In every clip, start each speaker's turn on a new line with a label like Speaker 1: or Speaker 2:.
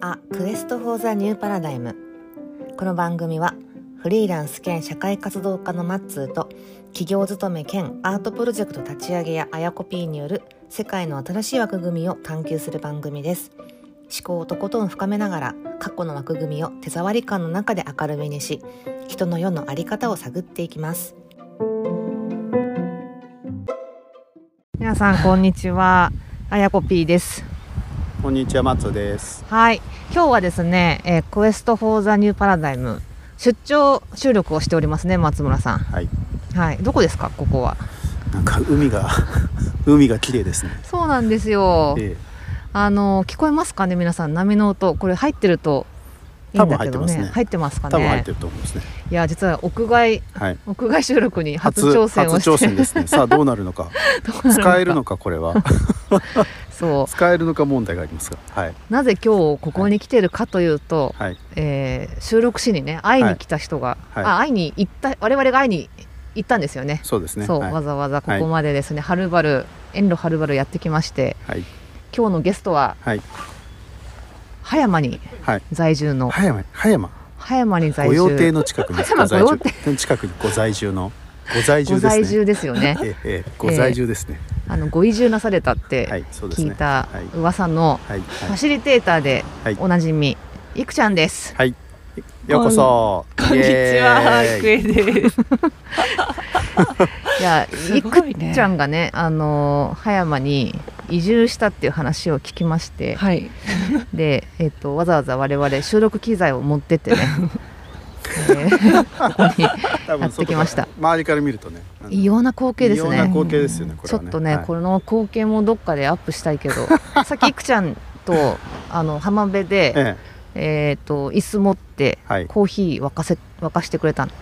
Speaker 1: あクエスト・フォー・ザ・ニュー・パラダイムこの番組はフリーランス兼社会活動家のマッツーと企業勤め兼アートプロジェクト立ち上げやあやこ P による世界の新しい枠組みを探求する番組です思考をとことん深めながら過去の枠組みを手触り感の中で明るめにし人の世のあり方を探っていきます皆さんこんにちはあやこ P です
Speaker 2: こんにちは、マッツーです。
Speaker 1: はい今日はですね、えー、クエストフォーザニューパラダイム出張収録をしておりますね松村さん
Speaker 2: はい。
Speaker 1: はいどこですかここは
Speaker 2: なんか海が 海が綺麗ですね。
Speaker 1: そうなんですよ
Speaker 2: え
Speaker 1: あの聞こえますかね皆さん波の音これ入ってるといいんだけどね
Speaker 2: 多分入ってますね
Speaker 1: 入ってますか
Speaker 2: え
Speaker 1: ね
Speaker 2: 多分入ってると思うんですね。
Speaker 1: いや実は屋外
Speaker 2: はい。
Speaker 1: 屋外収録に初挑戦をして
Speaker 2: 初挑戦ですね。 さあどうなるのか。
Speaker 1: どうなる
Speaker 2: 使えるのかこれは。
Speaker 1: そ
Speaker 2: 使えるのか問題がありますが。はい。
Speaker 1: うなぜ今日ここに来てるかというと、
Speaker 2: はい。
Speaker 1: えー収録しにね会いに来た人が、
Speaker 2: はいはい
Speaker 1: あ会いに行った我々が会いに行ったんですよね
Speaker 2: そうですね。
Speaker 1: そう、
Speaker 2: はい。
Speaker 1: わざわざここまでですね、はるばる遠路はるばるやってきまして
Speaker 2: はい。
Speaker 1: 今日のゲストは
Speaker 2: はい。
Speaker 1: 葉山に
Speaker 2: はい。
Speaker 1: 在住の
Speaker 2: 葉山、葉山。
Speaker 1: 葉山に在
Speaker 2: 御用邸
Speaker 1: 住
Speaker 2: の近くに
Speaker 1: 葉山
Speaker 2: ご在
Speaker 1: 御用
Speaker 2: 住。近くにご在住の。ご在
Speaker 1: ご
Speaker 2: 住
Speaker 1: 在
Speaker 2: ですね。
Speaker 1: 住ですよね
Speaker 2: ええええ、ご在住ですね。
Speaker 1: あのご移住なされたっ
Speaker 2: は
Speaker 1: て
Speaker 2: い、そうです
Speaker 1: 聞い
Speaker 2: ね。
Speaker 1: た
Speaker 2: はい。
Speaker 1: 噂の
Speaker 2: はい。
Speaker 1: フ
Speaker 2: は
Speaker 1: ァ
Speaker 2: い。
Speaker 1: シリテーターで
Speaker 2: はい
Speaker 1: おなじみ、いくちゃんです。
Speaker 2: はい。ようこそ。
Speaker 3: こんにちは、
Speaker 2: イエーイ
Speaker 3: クエです。
Speaker 1: いや、
Speaker 3: す
Speaker 1: い
Speaker 3: ごい
Speaker 1: く
Speaker 3: ね
Speaker 1: ちゃんがね、あの葉山に移住したっていう話を聞きまして、
Speaker 3: はい、
Speaker 1: で、えっ、とわざわざ我々収録機材を持ってって ね、えーここに
Speaker 2: 多分そういうこと
Speaker 1: やってきました
Speaker 2: 周りから見るとねあの
Speaker 1: 異様な光景です
Speaker 2: 異様な
Speaker 1: ね。
Speaker 2: 光景ですよねこれ
Speaker 1: ちょ
Speaker 2: は
Speaker 1: っとね、
Speaker 2: はい
Speaker 1: この光景もどっかでアップしたい けど、さっきいくちゃんとあの浜辺で、
Speaker 2: ええ
Speaker 1: えっ、と椅子持って
Speaker 2: はい
Speaker 1: コーヒー沸かせ沸かしてくれたの。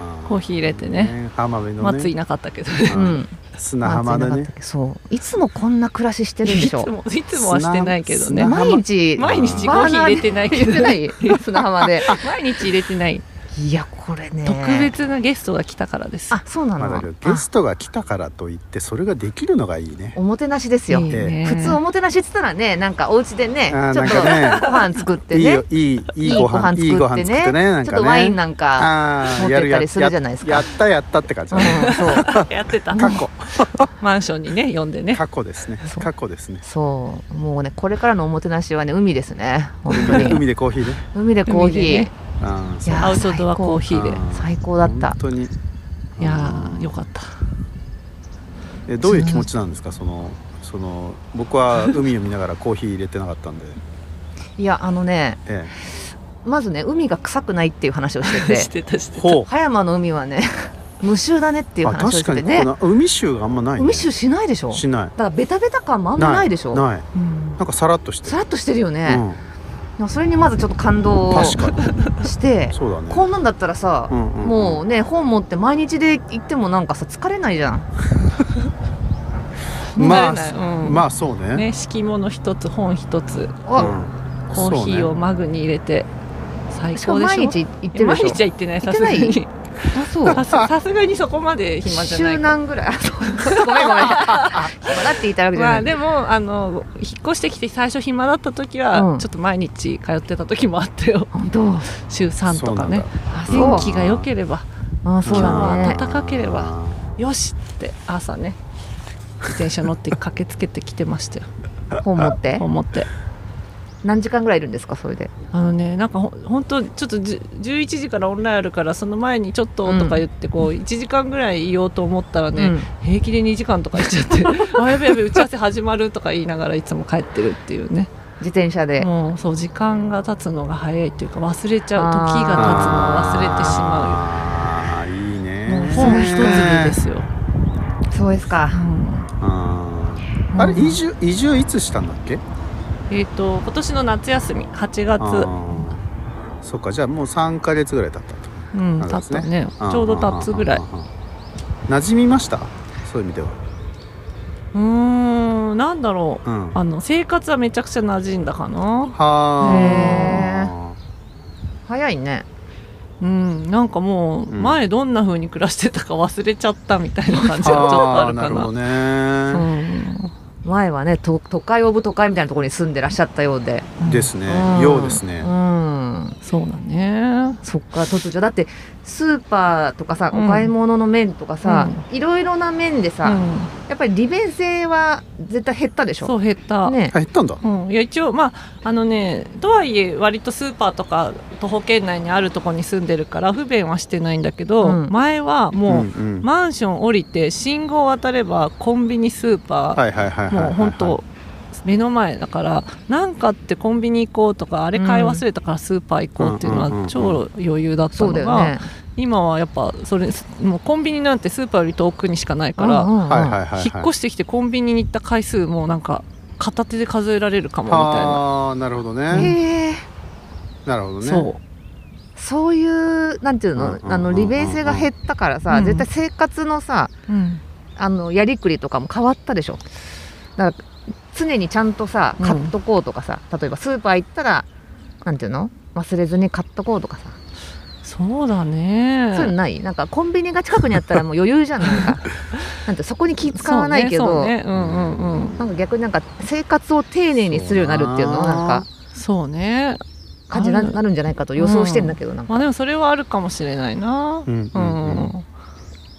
Speaker 2: あ
Speaker 3: コーヒー入れてね
Speaker 2: 浜辺のね
Speaker 3: 松井いなかったけど。
Speaker 2: う
Speaker 1: うんん。
Speaker 2: 砂浜で
Speaker 1: 松井なかっ
Speaker 2: ね
Speaker 1: たっけそう。いつもこんな暮らししてるんで
Speaker 3: い
Speaker 1: し
Speaker 3: つ
Speaker 1: ょ。
Speaker 3: もいつもはしてないけどね
Speaker 2: 砂。浜
Speaker 1: 毎日
Speaker 3: 毎日コーヒー入れてないけ
Speaker 1: 入れ
Speaker 3: ど
Speaker 1: て。ない砂浜で。
Speaker 3: 毎日入れてない。
Speaker 1: いやこれね。
Speaker 3: 特別なゲストが来たからです。
Speaker 1: あそうな
Speaker 2: まあ
Speaker 1: の。
Speaker 2: だ
Speaker 1: あ
Speaker 2: けどゲストが来たからといってそれができるのがいいね
Speaker 1: おもてなしですよ。
Speaker 3: いいね
Speaker 1: 普通おもてなしって言ったらねなんかお家でね
Speaker 2: あー
Speaker 1: ちょっとご
Speaker 2: なん
Speaker 1: 飯作って
Speaker 2: いい
Speaker 1: ね
Speaker 2: よ。いいいいご飯いいご飯作ってねなんかね
Speaker 1: ちょっとワインなんか、
Speaker 2: あ
Speaker 1: 持っ
Speaker 2: あ
Speaker 1: て
Speaker 2: や
Speaker 1: った
Speaker 2: るや
Speaker 1: りするじゃないですか
Speaker 2: やったやったって感じ
Speaker 1: う
Speaker 2: だ
Speaker 1: ん、
Speaker 2: ね
Speaker 1: そう
Speaker 3: やってた。
Speaker 2: 過去
Speaker 3: マンションにね、呼んでね。
Speaker 2: 過去ですね
Speaker 1: そう
Speaker 2: 過去ですね
Speaker 1: そうもうねこれからのおもてなしはね海ですね本当に
Speaker 2: 海でコーヒーね
Speaker 1: 海でコーヒ
Speaker 3: 海
Speaker 1: ー、
Speaker 3: でね
Speaker 2: あー
Speaker 1: いや
Speaker 3: アウトドアコーヒーで。
Speaker 2: あ
Speaker 1: 最高だった
Speaker 2: 本当に
Speaker 3: いやー、よかった。
Speaker 2: えどういう気持ちなんですかそのその僕は海を見ながらコーヒー入れてなかったんで、
Speaker 1: いやあのね
Speaker 2: え
Speaker 1: まずね海が臭くないっていう話をして
Speaker 3: して てたして
Speaker 2: え、
Speaker 3: た。
Speaker 2: ほ
Speaker 1: 葉山の海はね 無臭だねっていう
Speaker 2: あ
Speaker 1: 話を
Speaker 2: 確
Speaker 1: して
Speaker 2: か
Speaker 1: て
Speaker 2: に
Speaker 1: ね
Speaker 2: ここな海臭があんまない、ね、
Speaker 1: 海臭しないでしょ
Speaker 2: しない
Speaker 1: だからベタベタ感もあんまないでしょ
Speaker 2: ないない
Speaker 3: うん
Speaker 2: なんかさらっとして
Speaker 1: さ
Speaker 2: る
Speaker 1: らっとしてるよね、
Speaker 2: うん、
Speaker 1: でもそれにまずちょっと感動を
Speaker 2: 確かに
Speaker 1: して
Speaker 2: そうだね
Speaker 1: こんなんだったらさ、
Speaker 2: うんうんうん
Speaker 1: もうね本持って毎日で行ってもなんかさ疲れないじゃん
Speaker 2: まあ
Speaker 3: 慣れないうん
Speaker 2: まあそうね
Speaker 3: ね、敷物一つ、本一つ、
Speaker 1: あ、
Speaker 2: うん
Speaker 3: コーヒー
Speaker 2: そう
Speaker 3: を
Speaker 2: ね
Speaker 3: マグに入れて。最
Speaker 1: しかも
Speaker 3: 高でしょ。
Speaker 1: 毎日行ってるで
Speaker 3: 毎
Speaker 1: しょ
Speaker 3: 日は行ってな
Speaker 1: 行
Speaker 3: い。さ
Speaker 1: って
Speaker 3: す
Speaker 1: な
Speaker 3: が
Speaker 1: い
Speaker 3: に。
Speaker 1: あそう
Speaker 3: さすさすがにそこまで暇じゃない
Speaker 1: 週何ぐらいあそうごめんごめん暇だって言いたいわけじゃ
Speaker 3: ま
Speaker 1: ない、
Speaker 3: あでもあの引っ越してきて最初暇だった時は、
Speaker 1: うん
Speaker 3: ちょっと毎日通ってた時もあったよ
Speaker 1: 本当
Speaker 3: 週3とかね
Speaker 1: あそう
Speaker 3: 天気が良ければ
Speaker 1: あそうだ
Speaker 3: 今日
Speaker 1: ね
Speaker 3: は暖かければよしって朝ね自転車乗って駆けつけてきてましたよ
Speaker 1: 本持って
Speaker 3: 思って
Speaker 1: 何時間ぐらいいるんですかそれで
Speaker 3: あのねなんかほ本当ちょっとじゅ11時からオンラインあるからその前にちょっととか言ってこう1時間ぐらいいようと思ったらね、
Speaker 1: うん
Speaker 3: 平気で2時間とかいっちゃって あやべやべ打ち合わせ始まるとか言いながらいつも帰ってるっていうね
Speaker 1: 自転車で
Speaker 3: もうそう時間が経つのが早いというか忘れちゃう
Speaker 1: あー
Speaker 3: 時が経つのを忘
Speaker 2: あ
Speaker 3: れてしま
Speaker 2: ーいいね
Speaker 3: うよ本一粒ですよ、
Speaker 1: そうですか
Speaker 2: あーあれ移住移住いつしたんだっけ
Speaker 3: えっ、と今年の夏休み8
Speaker 2: あ
Speaker 3: 月
Speaker 2: ーそっかじゃあもう3か月ぐらい経ったと
Speaker 3: うん
Speaker 2: そう
Speaker 3: 経
Speaker 2: で
Speaker 3: っ
Speaker 2: すね
Speaker 3: たねちょうど経つぐらい
Speaker 2: あーあーあー馴染みましたそういう意味では
Speaker 3: うーんなんだろう
Speaker 2: うん
Speaker 3: あの生活はめちゃくちゃ馴染んだかな
Speaker 2: は
Speaker 1: 早いね
Speaker 3: うんなんかもう
Speaker 2: うん
Speaker 3: 前どんな風に暮らしてたか忘れちゃったみたいな感
Speaker 2: あ。
Speaker 3: じがちょっとある
Speaker 2: な
Speaker 3: か
Speaker 2: る
Speaker 3: な
Speaker 2: ほどね。
Speaker 3: うん
Speaker 1: 前はね都都会オブ都会みたいなところに住んでらっしゃったようで、
Speaker 2: ですね
Speaker 1: うん
Speaker 2: ようですね
Speaker 1: うん
Speaker 3: そうだね
Speaker 1: そっか突如だってスーパーとかさ、
Speaker 3: うん
Speaker 1: お買い物の面とかさ、いろいろな面でさ、
Speaker 3: うん、
Speaker 1: やっぱり利便性は絶対減ったでしょ
Speaker 3: そう減った、
Speaker 1: ね
Speaker 2: あ減ったんだ
Speaker 3: うん、いや一応まああのねとはいえ割とスーパーとか徒歩圏内にあるとこに住んでるから不便はしてないんだけど、
Speaker 1: うん
Speaker 3: 前はもう、
Speaker 2: んうん
Speaker 3: マンション降りて信号渡ればコンビニスーパー、
Speaker 2: はいはいはいはいはい
Speaker 3: もう本当目の前だからなんかあってコンビニ行こうとかあれ買い忘れたからスーパー行こうっていうの
Speaker 2: うんうんうんう
Speaker 3: は
Speaker 2: ん
Speaker 3: 超余裕だった
Speaker 1: そ
Speaker 3: の
Speaker 1: うだ
Speaker 3: が、
Speaker 1: よね
Speaker 3: 今はやっぱそれもうコンビニなんてスーパーより遠くにしかないから、
Speaker 1: うんうんうん
Speaker 2: はいはいはいはい
Speaker 3: 引っ越してきてコンビニに行った回数もなんか片手で数えられるかもみたいな。
Speaker 2: ああなるほどね
Speaker 1: へえ
Speaker 2: なるほどね
Speaker 3: そう
Speaker 1: そういうなんていう
Speaker 2: うんうん
Speaker 1: の
Speaker 2: うんうん
Speaker 1: あの利便性が減ったからさ、
Speaker 3: うん
Speaker 1: 絶対生活のさ
Speaker 3: うん、
Speaker 1: あのやりくりとかも変わったでしょだから常にちゃんとさ
Speaker 3: うん
Speaker 1: 買っとこうとかさ、例えばスーパー行ったらなんていうの忘れずに買っとこうとかさ、
Speaker 3: そうだね
Speaker 1: そういうのないなんかコンビニが近くにあったらもう余裕じゃんなんかなんてそこに気使わないけ
Speaker 3: そ
Speaker 1: ど、
Speaker 3: うねそうねうんうんうん
Speaker 1: なんか逆になんか生活を丁寧にするようになるっていうのはなんか
Speaker 3: そうね
Speaker 1: 感じにな
Speaker 3: ある
Speaker 1: なるんじゃないかと予想してんだけどなんか、
Speaker 3: まあでもそれはあるかもしれないな
Speaker 2: うんう
Speaker 3: うん
Speaker 2: うん
Speaker 3: ん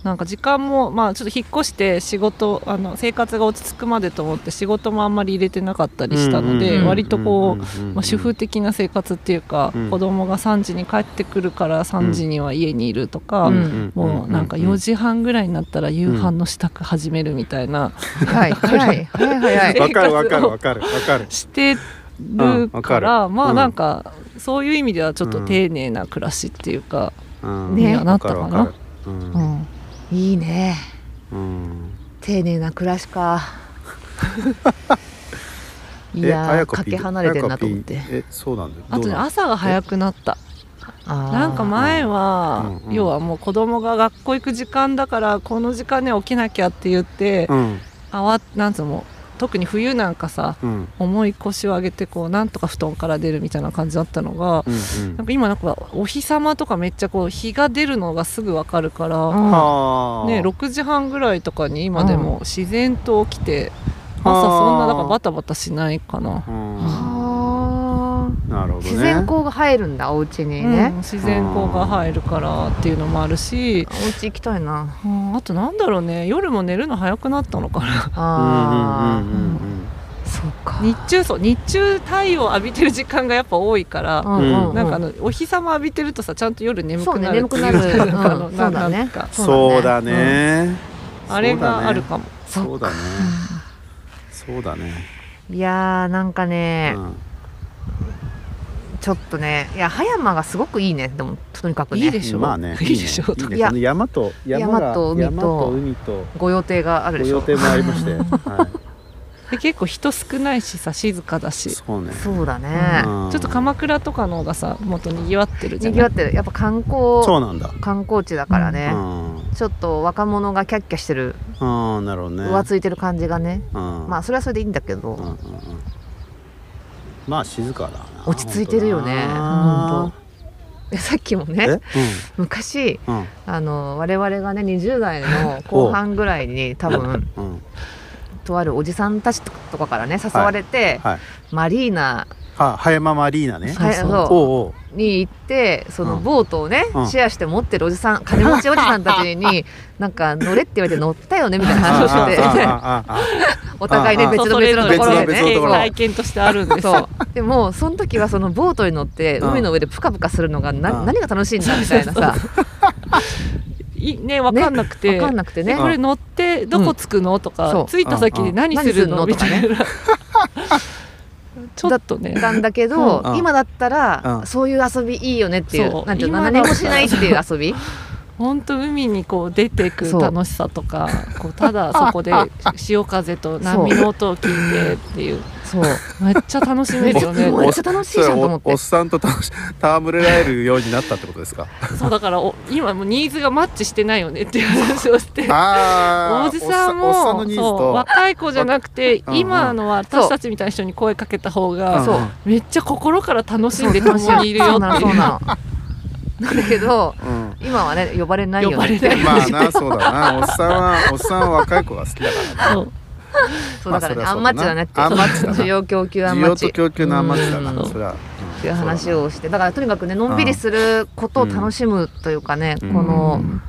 Speaker 3: なんか時間もまあちょっと引っ越して仕事あの生活が落ち着くまでと思って仕事もあんまり入れてなかったりしたの
Speaker 1: うんうん
Speaker 3: で
Speaker 1: うん
Speaker 3: 割とこう、まあ、主婦
Speaker 2: と
Speaker 3: 的な生活っていうか
Speaker 2: うん
Speaker 3: 子供が3時に帰ってくるから3時には家にいるとか、
Speaker 1: うん
Speaker 3: もうなんか4時半ぐらいになったら夕飯の支度始めるみたいな、
Speaker 1: はいはいはいはいはい
Speaker 2: わかるわかるわかるわかる
Speaker 3: して
Speaker 2: う
Speaker 3: るから、
Speaker 2: んわかる
Speaker 3: ま
Speaker 2: う
Speaker 3: あ
Speaker 2: ん
Speaker 3: なんか、そういう意味ではちょっと丁寧な暮らしっていうか、
Speaker 2: うん
Speaker 1: ね
Speaker 2: わかるわかるう
Speaker 3: うんん
Speaker 1: いいね
Speaker 2: うん
Speaker 1: 丁寧な暮らしかい
Speaker 2: え
Speaker 1: や
Speaker 2: 綾
Speaker 1: ー
Speaker 2: 子
Speaker 1: か
Speaker 2: P
Speaker 1: け離れてんなと思って
Speaker 2: 綾子 P えそうなんだよ
Speaker 3: あと
Speaker 2: どう
Speaker 3: ね
Speaker 2: なの
Speaker 3: 朝が早くなったな
Speaker 1: なん
Speaker 3: か前は、
Speaker 2: うんうん
Speaker 3: 要はもう子供が学校行く時間だからこの時間には起きなきゃって言って、
Speaker 2: うん
Speaker 3: あわなんつうの特に冬なんかさ
Speaker 2: うんうん
Speaker 3: 重い腰を上げてこうなんとか布団から出るみたいな感じだったのが、
Speaker 2: うん
Speaker 3: なんか今なんかお日様とかめっちゃこう日が出るのがすぐわかるから、
Speaker 2: はあ
Speaker 3: ね、6時半ぐらいとかに今でも自然と起きて、朝そんなだからバタバタしないかな、
Speaker 2: うんなるほどね
Speaker 1: 自然光が入るんだお家にね
Speaker 3: うん、自然光が入るからっていうのもあるし、
Speaker 1: お家行きたいな
Speaker 3: うんあとなんだろうね夜も寝るの早くなったのか な
Speaker 2: うん
Speaker 1: あ
Speaker 2: うんうんうん
Speaker 1: あそうか
Speaker 3: 日中そう日中太陽浴びてる時間がやっぱ多いから、
Speaker 1: うんうんうん
Speaker 3: なんかあのお日様浴びてるとさちゃんと夜眠
Speaker 1: そう
Speaker 3: く
Speaker 1: ね
Speaker 3: なる
Speaker 1: 眠
Speaker 3: って
Speaker 1: く
Speaker 3: いう
Speaker 1: なるうん
Speaker 3: な
Speaker 1: そう
Speaker 3: んかあの
Speaker 1: だ
Speaker 3: なん
Speaker 1: ね
Speaker 3: か
Speaker 2: そうだ
Speaker 1: そう
Speaker 2: ね
Speaker 3: あれがあるかも、
Speaker 1: そ
Speaker 2: そ
Speaker 1: うう
Speaker 2: だ
Speaker 1: か
Speaker 2: ねそうだね
Speaker 1: いやーなんかね
Speaker 2: うん
Speaker 1: ちょっとねいや葉山がすごくいいねでもとにかく
Speaker 3: いい
Speaker 1: ね
Speaker 3: でしょ、
Speaker 2: まあね
Speaker 3: いいでしょ
Speaker 2: いい ね
Speaker 1: いや
Speaker 2: この山と山が
Speaker 1: 山と海と
Speaker 2: 山と海と
Speaker 1: ご予定がある
Speaker 2: ご
Speaker 1: でしょ
Speaker 2: 予定もあり ましては
Speaker 3: で結構人少ないしさ静かだ
Speaker 2: い
Speaker 3: し
Speaker 2: そうね
Speaker 1: そうだね
Speaker 2: うん
Speaker 3: ちょっと鎌倉とかの方がさもっとにぎわってるじゃ
Speaker 1: に
Speaker 3: ん
Speaker 1: ぎわってるやっぱ観
Speaker 2: そう
Speaker 1: 光
Speaker 2: なんだ
Speaker 1: 観光地だからね
Speaker 2: う
Speaker 1: ちょっと若者がキャッキャしてる
Speaker 2: んうんなるほどね
Speaker 1: 浮ついてる感じがね
Speaker 2: ま
Speaker 1: まあそれはそれでいいんだけど、
Speaker 2: うんうんうんまあ静かだな
Speaker 1: 落ち着いてるよね
Speaker 2: 本
Speaker 1: でさっきも
Speaker 2: 当だ
Speaker 1: ね昔
Speaker 2: えうん
Speaker 1: あの我々がね20代の後半ぐらいに多分
Speaker 2: うんうん
Speaker 1: とあるおじさんたちとかからね誘われて、
Speaker 2: はい
Speaker 1: マリーナ
Speaker 2: あ葉山マリーナね
Speaker 1: はい
Speaker 3: そうそう
Speaker 1: そう
Speaker 2: おうおう
Speaker 1: に行ってその
Speaker 2: うん
Speaker 1: ボートをね、
Speaker 2: うん
Speaker 1: シェアして持ってるおじさん金持ちおじさんたち になんか乗れって言われて乗ったよねみたいな話をしてて
Speaker 2: あああああ
Speaker 1: お互いね
Speaker 2: ああ
Speaker 1: 別の別のところで
Speaker 2: 別の別のところ
Speaker 1: ね
Speaker 3: 体験としてあるんです
Speaker 1: そ
Speaker 3: よ
Speaker 1: うでもその時はそのボートに乗って
Speaker 2: うん
Speaker 1: 海の上でプカプカするのがな、
Speaker 2: うん
Speaker 1: 何が楽しいんだみたいなさ
Speaker 3: いね分かんなくて、
Speaker 1: 分かんなくて
Speaker 3: で
Speaker 1: ね
Speaker 3: これ乗ってどこ着くの、と
Speaker 1: そ
Speaker 3: か
Speaker 1: う
Speaker 3: 着いた先で何するの,、
Speaker 1: うんうん
Speaker 3: みたいなちょっとね
Speaker 1: なんだけど、
Speaker 2: うん
Speaker 1: 今だったら、
Speaker 2: うん
Speaker 1: そういう遊びいいよねっていう
Speaker 3: そう
Speaker 1: なんていうの
Speaker 3: 今だ
Speaker 1: 何もしないっていう遊 び
Speaker 3: 本当海にこう出てく
Speaker 1: そう
Speaker 3: 楽しさとかこう ただそこで潮風と波の音を聞いてっていう
Speaker 1: そう
Speaker 3: めっちゃ楽しめるよ ね
Speaker 1: めっちゃ楽しいじゃんと思って
Speaker 2: それおおっさんと楽し戯れられるようになったってことで すか
Speaker 3: そうだからお今もうニーズがマッチしてないよねっていう話をして
Speaker 2: ああ
Speaker 3: おじさん
Speaker 2: お
Speaker 3: も
Speaker 2: っさんのニーズ
Speaker 3: そう
Speaker 2: と
Speaker 3: 若い子じゃなくて、
Speaker 2: うんうん
Speaker 3: 今のは私たちみたいな人に声かけた方が、
Speaker 1: そう
Speaker 3: めっちゃ心から楽し
Speaker 1: そ
Speaker 3: ん
Speaker 1: う
Speaker 3: で共にいる
Speaker 1: そ
Speaker 3: よ
Speaker 1: う
Speaker 3: っ
Speaker 1: なの
Speaker 3: て
Speaker 1: そ
Speaker 3: いうう
Speaker 1: なのなんだけど
Speaker 2: うん
Speaker 1: 今はね呼ばれないよ
Speaker 3: 呼ば
Speaker 1: ね
Speaker 3: れな い
Speaker 2: まあなそうだなおっさんはおっさんは若い子が好きだからね
Speaker 3: そう
Speaker 1: そうだからね、
Speaker 2: まあ
Speaker 1: アンマッチだねって
Speaker 2: アンマッチだな
Speaker 1: 需要供給アン
Speaker 2: 需
Speaker 1: マッ
Speaker 2: 要
Speaker 1: チ
Speaker 2: と供給のアンマッチだ
Speaker 1: う
Speaker 2: な、
Speaker 1: ん
Speaker 2: それは。
Speaker 1: っていう話をしてだからとにかくねのんびりすることを楽しむというかね、
Speaker 2: うん
Speaker 1: この、
Speaker 2: うん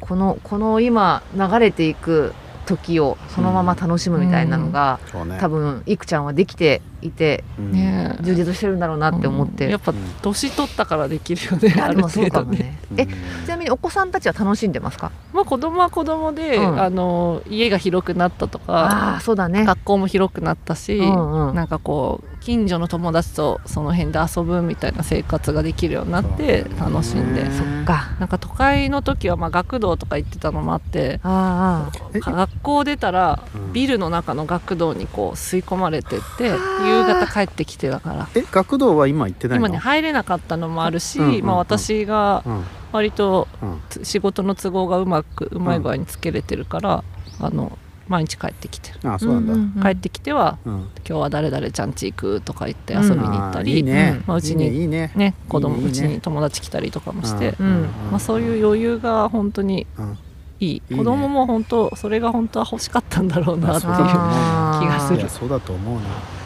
Speaker 1: このこの今流れていく時をそのまま楽しむみたいなのが、
Speaker 2: そうね。
Speaker 1: 多分いくちゃんはできていて
Speaker 2: うん
Speaker 3: ね
Speaker 1: 充実してるんだろうなって思っ
Speaker 3: うん
Speaker 1: て、
Speaker 3: やっぱ
Speaker 2: うん
Speaker 3: 年取ったからできるよね
Speaker 1: あ
Speaker 3: あ
Speaker 1: で
Speaker 3: る
Speaker 1: もそ
Speaker 3: 程
Speaker 1: うか
Speaker 3: 度
Speaker 1: も
Speaker 3: ね
Speaker 1: ね
Speaker 2: うん
Speaker 1: えちなみにお子さんたちは楽しんでますか
Speaker 3: まあ子供は子供で、
Speaker 1: うん
Speaker 3: あの家が広くなったとか
Speaker 1: ああーそうだね
Speaker 3: 学校も広くなったし、
Speaker 1: うんうん
Speaker 3: なんかこう近所の友達とその辺で遊ぶみたいな生活ができるようになって
Speaker 2: そうだね
Speaker 3: 楽しんで、
Speaker 2: そっ
Speaker 1: か
Speaker 3: なんか都会の時はまあ学童とか行ってたのもあって
Speaker 1: あー
Speaker 2: え
Speaker 3: 学校出たら
Speaker 2: うん
Speaker 3: ビルの中の学童にこう吸い込まれてって夕方帰ってきてだから
Speaker 2: え、学童は今行ってないの
Speaker 3: 今ね入れなかったのもあるし、
Speaker 2: うんうんうん
Speaker 3: まあ、私が
Speaker 2: うん
Speaker 3: 割と
Speaker 2: うん
Speaker 3: つ仕事の都合がうまくうまい具合につけれてるから、あの毎日帰ってきてる、
Speaker 2: ああ、
Speaker 1: あ
Speaker 2: そうなんだ。
Speaker 3: 帰ってきては
Speaker 2: うん
Speaker 3: 今日は誰々ちゃんち行くとか言って遊びに行った
Speaker 2: あーい
Speaker 3: り、
Speaker 2: いね
Speaker 1: うん。
Speaker 3: まあうちに
Speaker 2: いいねいいね。
Speaker 3: ね子供
Speaker 2: いいね
Speaker 3: うちに友達来たりとかもして、
Speaker 1: ん
Speaker 3: まあ、そういう余裕が本当に
Speaker 2: うん。うん
Speaker 3: いい
Speaker 2: ね
Speaker 3: 子供も本当それが本当は欲しかったんだろうなっていう
Speaker 2: あ
Speaker 3: 気がす
Speaker 2: い
Speaker 3: る
Speaker 2: やそうだと思うな。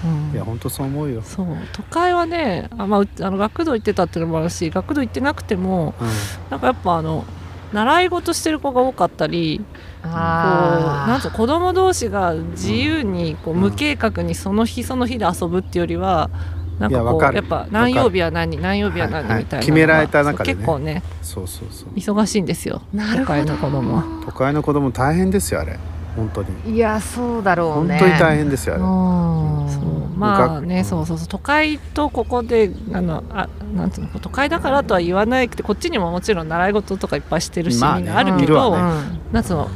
Speaker 3: うん
Speaker 2: いや本当そう思うよ。
Speaker 3: そう都会はねあ、まあう、あの学童行ってたっていうのもあるし学童行ってなくても
Speaker 2: うん
Speaker 3: なんかやっぱあの習い事してる子が多かったりこうなん
Speaker 1: あ
Speaker 3: と子供同士が自由にこう
Speaker 2: うん
Speaker 3: 無計画にその日その日で遊ぶっていうよりはなんか
Speaker 2: いやわ
Speaker 3: こ
Speaker 2: か
Speaker 3: う
Speaker 2: る
Speaker 3: やっぱ何曜日は何何曜日は
Speaker 2: はいは
Speaker 3: 何
Speaker 2: い
Speaker 3: みたいなのが
Speaker 2: 決められた中でね
Speaker 3: そう結構ね
Speaker 2: そうそうそう。
Speaker 3: 忙しいんですよ
Speaker 1: ーなる
Speaker 3: 都会の子供は
Speaker 2: 都会の子供大変ですよあれ。本当に。
Speaker 1: いやそうだろう
Speaker 2: 本
Speaker 1: ね
Speaker 2: 当に大変ですよあれ。
Speaker 1: うん
Speaker 3: そう
Speaker 2: も
Speaker 3: ま
Speaker 2: う
Speaker 3: あ
Speaker 2: 学
Speaker 3: ねそうそうそう都会とここであのあなんていうの都会だからとは言わないくてこっちにももちろん習い事とかいっぱいしてるし、
Speaker 2: まあね
Speaker 3: みんなあ
Speaker 1: い
Speaker 3: るけ
Speaker 2: る
Speaker 3: ど、
Speaker 2: わね
Speaker 3: なんつうの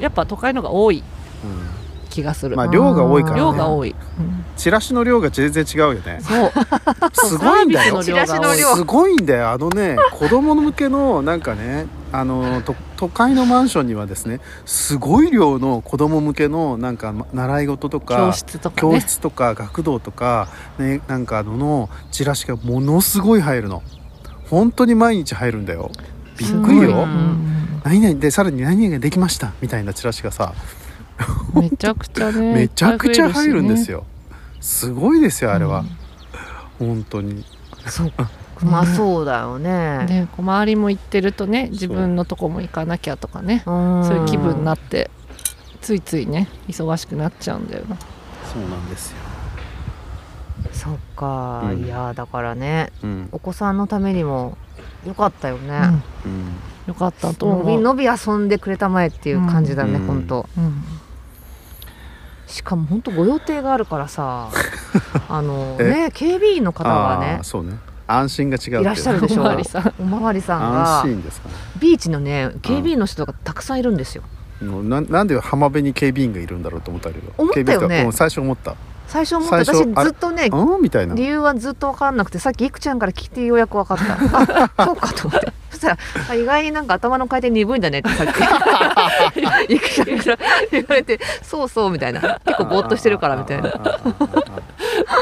Speaker 3: やっぱ都会のが多い
Speaker 2: うん
Speaker 3: 気がする、
Speaker 2: まあ量が多いからね。
Speaker 3: 量が多い、うん
Speaker 2: チラシの量が全然違うよね。
Speaker 3: そう
Speaker 2: すごいんだよ。
Speaker 3: サー
Speaker 1: チラ
Speaker 3: ビスの量が多い
Speaker 1: シの量
Speaker 2: すごいんだよ。あのね、子供向けのなんかね、あのと都会のマンションにはですね、すごい量の子供向けのなんかま習い事と
Speaker 3: 教
Speaker 2: か。
Speaker 3: 室とか
Speaker 2: 教
Speaker 3: ね
Speaker 2: 室とか学童とか、ね、なんかあのチラシがものすごい入るの本当に毎日入るんだよびっくり
Speaker 1: すごい
Speaker 2: よ
Speaker 1: な
Speaker 2: 何々でさらに何々ができましたみたいなチラシがさ
Speaker 3: うんめちゃくちゃね
Speaker 2: めちゃくちゃ入るんです
Speaker 3: よ
Speaker 2: よ、すごいですよあれは、本当に
Speaker 1: そうまあそうだよね
Speaker 3: ね、こう周りも行ってるとね
Speaker 2: う
Speaker 3: 自分のとこも行かなきゃとかね
Speaker 1: そ
Speaker 3: そういう気分になってついついね忙しくなっちゃうんだよな
Speaker 2: そうなんですよ、
Speaker 1: そっか、
Speaker 2: うん
Speaker 1: いやだからね
Speaker 2: うん
Speaker 1: お子さんのためにもよかったよね、
Speaker 3: うん
Speaker 2: うん、
Speaker 3: よかったと
Speaker 1: のび
Speaker 3: 思う。
Speaker 1: のび遊んでくれたまえっていう感じだね、
Speaker 2: うん
Speaker 1: ほんと
Speaker 3: うん
Speaker 1: しかもほんとご予定があるから さあの
Speaker 2: え
Speaker 1: ね警備員の方がね
Speaker 2: あーそうね安心が違うっていう
Speaker 1: いらっしゃるでしょ
Speaker 3: おまわりさん
Speaker 1: おまわりさんが
Speaker 2: 安心ですかね
Speaker 1: ビーチのね警備員の人がたくさんいるんですよ
Speaker 2: もうななんで浜辺に警備員がいるんだろうと思ったけど
Speaker 1: 思ったよね
Speaker 2: 警備員ってうん最初思った
Speaker 1: 最初思って
Speaker 2: 最
Speaker 1: 私
Speaker 2: 初あれ
Speaker 1: ずっとね
Speaker 2: うんみたいな
Speaker 1: 理由はずっと分かんなくてさっきいくちゃんから聞いてようやく分か ったあそうかと思ってそしたらあ意外になんか頭の回転鈍いんだねってさっ きいくちゃんから言われてそうそうみたいな結構ぼーっとしてるからみたいな
Speaker 2: な。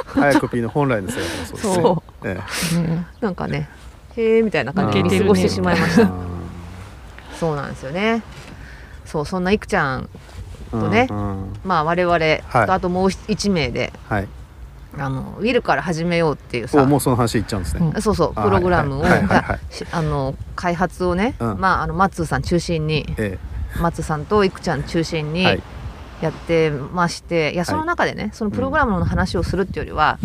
Speaker 2: 早くピーの本来の姿もそうですね。
Speaker 1: そ
Speaker 2: え
Speaker 3: ね
Speaker 1: なんかねへえみたいな
Speaker 2: え
Speaker 1: 感じで見
Speaker 3: 抜けてる
Speaker 1: 過
Speaker 3: ね
Speaker 1: ごしてしまいました
Speaker 2: た。
Speaker 1: そうなんですよねそうそんないくちゃん
Speaker 2: うん
Speaker 1: ね
Speaker 2: うん
Speaker 1: まあ我々、とあともう1名で
Speaker 2: はい。
Speaker 1: あのウィルから始めようっていう
Speaker 2: お
Speaker 1: さ
Speaker 2: もうその話いっちゃうんですね。
Speaker 1: そうそう
Speaker 2: あ
Speaker 1: プログラムを
Speaker 2: はいはいはいはい
Speaker 1: しあの開発をね、
Speaker 2: うん
Speaker 1: まああのマッツーさん中心に
Speaker 2: え
Speaker 1: マッツーさんといくちゃん中心
Speaker 2: え
Speaker 1: に
Speaker 2: はい。
Speaker 1: やってまして、い、やその中でねそのプログラムの話をするっていうよりは、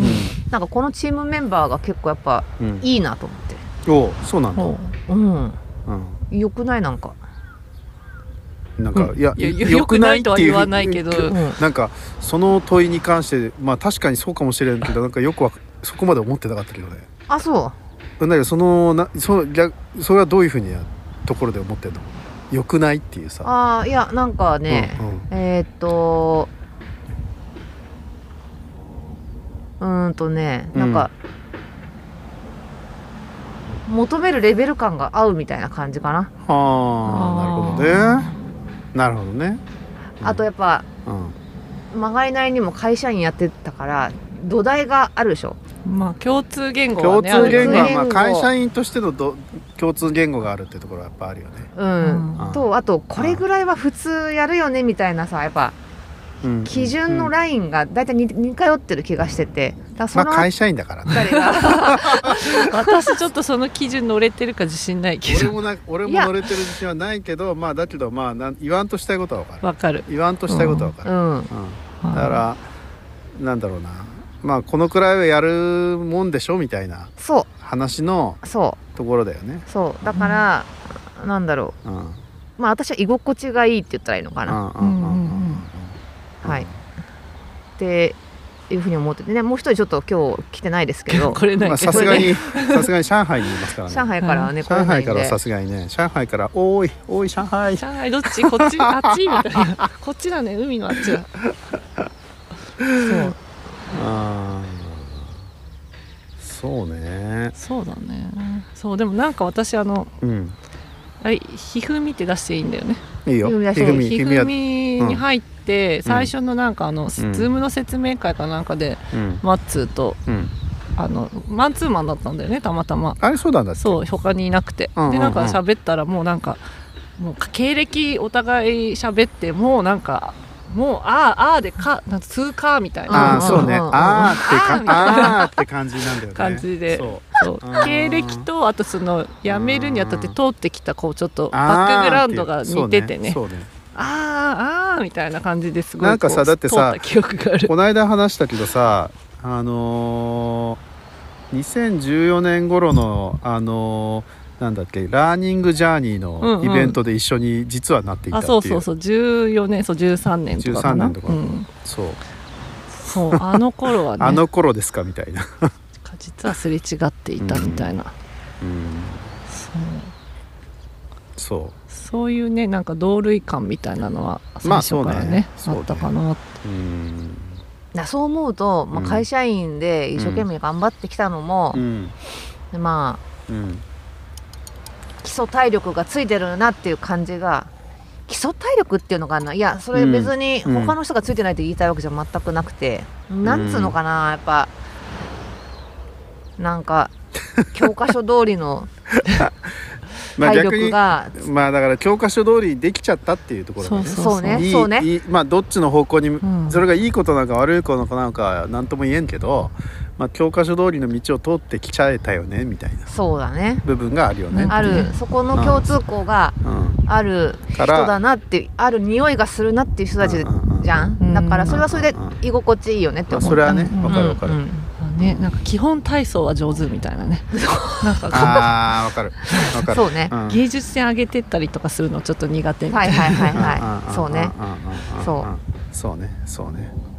Speaker 1: なんかこのチームメンバーが結構やっぱ
Speaker 2: うんうん
Speaker 1: いいなと思って
Speaker 2: おうそうなんだ。
Speaker 3: も
Speaker 1: う
Speaker 2: うん
Speaker 1: よくないなんか、
Speaker 2: んなんかいや
Speaker 3: ういやよ
Speaker 2: 良
Speaker 3: よくないとは言わないけど
Speaker 2: ってう
Speaker 1: うん
Speaker 2: なんかその問いに関してまあ確かにそうかもしれ んけどなんかよくわかそこまで思ってなかったけどね。
Speaker 1: あそう
Speaker 2: だけどそのなその逆それはどういうふうにやところで思ってんの？良くないっていうさ。
Speaker 1: あーいやなんかね、
Speaker 2: うんうん
Speaker 1: えーっとうーんとねなんか、求めるレベル感が合うみたいな感じかな、
Speaker 2: はあなるほどねなるほどねうん
Speaker 1: あとやっぱ
Speaker 2: うん
Speaker 1: 曲がりなりにも会社員やってたから土台があるでしょ
Speaker 3: まあ共通言語
Speaker 2: 共
Speaker 3: はね
Speaker 2: 通言語
Speaker 1: あ
Speaker 2: は
Speaker 1: るよね
Speaker 2: まあ会社員としてのど共通言語があるってところはやっぱあるよね
Speaker 1: うん、
Speaker 2: うん
Speaker 1: とあとこれぐらいは普通やるよねみたいなさやっぱ
Speaker 2: うん
Speaker 1: 基準のラインが大体似似通ってる気がしててだ
Speaker 2: ま
Speaker 1: か
Speaker 2: あ
Speaker 1: ら
Speaker 2: 会社員だからね
Speaker 1: そのあたりが
Speaker 3: 私ちょっとその基準乗れてるか自信ないけ
Speaker 2: 俺
Speaker 3: ど
Speaker 2: もな俺も
Speaker 1: いや
Speaker 2: 乗れてる自信はないけどまあだけどまあなん言わんとしたいことは分かる
Speaker 3: わかる
Speaker 2: 言わんとしたいことは分かる、
Speaker 1: うん
Speaker 2: うんだからなんだろうなまあこのくらいはやるもんでしょみたいな
Speaker 1: そ
Speaker 2: 話の
Speaker 1: うそ
Speaker 2: ところだよね
Speaker 1: うそうだから、なんだろ
Speaker 2: うんうん
Speaker 1: うまあ私は居心地がいいって言ったらいいのか
Speaker 2: う
Speaker 1: な、
Speaker 2: んうんうん
Speaker 3: うんうん
Speaker 1: はいっていうふうに思っててねもう一人ちょっと今日来てないですけど
Speaker 3: これ
Speaker 2: う
Speaker 3: なんい
Speaker 2: まあ
Speaker 3: けど
Speaker 2: さすがにさすがに上海にいますからね
Speaker 1: 上海からはね、来れ
Speaker 2: 上
Speaker 1: ない
Speaker 2: 海
Speaker 1: ん
Speaker 2: からは
Speaker 1: で
Speaker 2: さすがにね上海から「おーいおーい上海
Speaker 3: 上海どっちこっちあっちみたいなこっちだね海のあっちだ
Speaker 1: そう」
Speaker 2: あーそうね
Speaker 3: そうだねそうでもなんか私あの
Speaker 2: うん
Speaker 3: あれひふみって出していいんだよね
Speaker 2: いいよ
Speaker 1: いや
Speaker 2: ひ
Speaker 1: そう
Speaker 2: ぐみ
Speaker 3: ひ
Speaker 2: ひ
Speaker 3: ふ
Speaker 2: ぐみは
Speaker 3: みに入って、最初のなんかあの、ズームの説明会かなんかで、
Speaker 2: うん
Speaker 3: マッツーと
Speaker 2: うん
Speaker 3: あのマンツーマンだったんだよねたまたま
Speaker 2: あれそうなんだっけ
Speaker 3: そう他にいなくて、
Speaker 2: うんうんうん
Speaker 3: でなんか喋ったらもうなんかもう経歴お互い喋ってもうなんかもうああああでかなんか通過みたい
Speaker 2: あ
Speaker 3: な
Speaker 2: あ
Speaker 1: ん
Speaker 2: そうね
Speaker 1: うん
Speaker 2: あーってかあー
Speaker 3: あ
Speaker 2: って感じなんだよね
Speaker 3: 感じで
Speaker 2: そう
Speaker 3: そう
Speaker 2: うん
Speaker 3: 経歴とあとその辞めるにあたって
Speaker 2: うん
Speaker 3: 通ってきたこうちょっと
Speaker 2: あ
Speaker 3: バッ
Speaker 2: ー
Speaker 3: クグラウンドが似ててね
Speaker 2: そうねそうね
Speaker 3: あーあーみたいな感じですごい
Speaker 2: なんかさ
Speaker 3: こう
Speaker 2: だってさ
Speaker 3: 通った記憶がある
Speaker 2: この間話したけどさあのー、2014年頃のあのーなんだっけラーニングジャーニー
Speaker 3: うん
Speaker 2: の
Speaker 3: うん
Speaker 2: イベントで一緒に実はなっていたっ
Speaker 3: あ
Speaker 2: ていう,、
Speaker 3: そうそうそう14年そう13年とかか
Speaker 2: 13
Speaker 3: な
Speaker 2: 年とか
Speaker 3: うん、
Speaker 2: そう
Speaker 3: そうあの頃はね
Speaker 2: あの頃ですかみたいな、
Speaker 3: 実はすれ違っていたみたいな、
Speaker 2: うん、
Speaker 3: そう
Speaker 2: そ
Speaker 3: そういうねなんか同類感みたいなのは最
Speaker 2: まあ
Speaker 3: 初からね,、
Speaker 2: そうね
Speaker 3: あったかなって
Speaker 2: ううん
Speaker 1: なそう思うと、まあ、
Speaker 2: うん
Speaker 1: 会社員で一生懸命頑張ってきたのも
Speaker 2: う、ん
Speaker 1: でま
Speaker 2: うん
Speaker 1: あ基礎体力がついてるなっていう感じが基礎体力っていうのかないやそれ別に
Speaker 2: うんうん
Speaker 1: 他の人がついてないと言いたいわけじゃ全くなくて、なんつうのかなやっぱなんか教科書通りの
Speaker 2: まあ
Speaker 1: 体
Speaker 2: 逆
Speaker 1: 力
Speaker 2: に
Speaker 1: が、
Speaker 2: まあだから教科書通りにできちゃったっていうところがね
Speaker 3: そう
Speaker 1: そうね
Speaker 2: いい
Speaker 1: そうね
Speaker 2: いいまあどっちの方向に、
Speaker 1: ん
Speaker 2: それがいいことなのか悪いことなのかなんか何とも言えんけど、まあ、教科書通りの道を通ってきちゃえたよねみたいな
Speaker 1: そうだね
Speaker 2: 部分があるよね。
Speaker 1: あるそこの共通項が
Speaker 2: うん、
Speaker 1: ある
Speaker 2: か
Speaker 1: 人
Speaker 2: ら
Speaker 1: だなってある匂いがするなっていう人たちじゃ
Speaker 3: うんん
Speaker 1: だからそれはそれで居心地いいよねって
Speaker 2: まあ、
Speaker 1: 思う
Speaker 2: それはね
Speaker 3: うん
Speaker 2: わかるわかる、
Speaker 1: うんうん
Speaker 3: まあねなんか基本体操は上手みたいなねなんか
Speaker 2: ああわかるわか る
Speaker 1: そうね
Speaker 2: ん
Speaker 3: 芸術点上げてったりとかするのちょっと苦手みた
Speaker 1: はいい
Speaker 3: な、
Speaker 1: はいはい
Speaker 2: うんうんうん
Speaker 1: は
Speaker 2: うん
Speaker 1: いそうね
Speaker 2: うんうんうん
Speaker 1: そ
Speaker 2: そうねそうね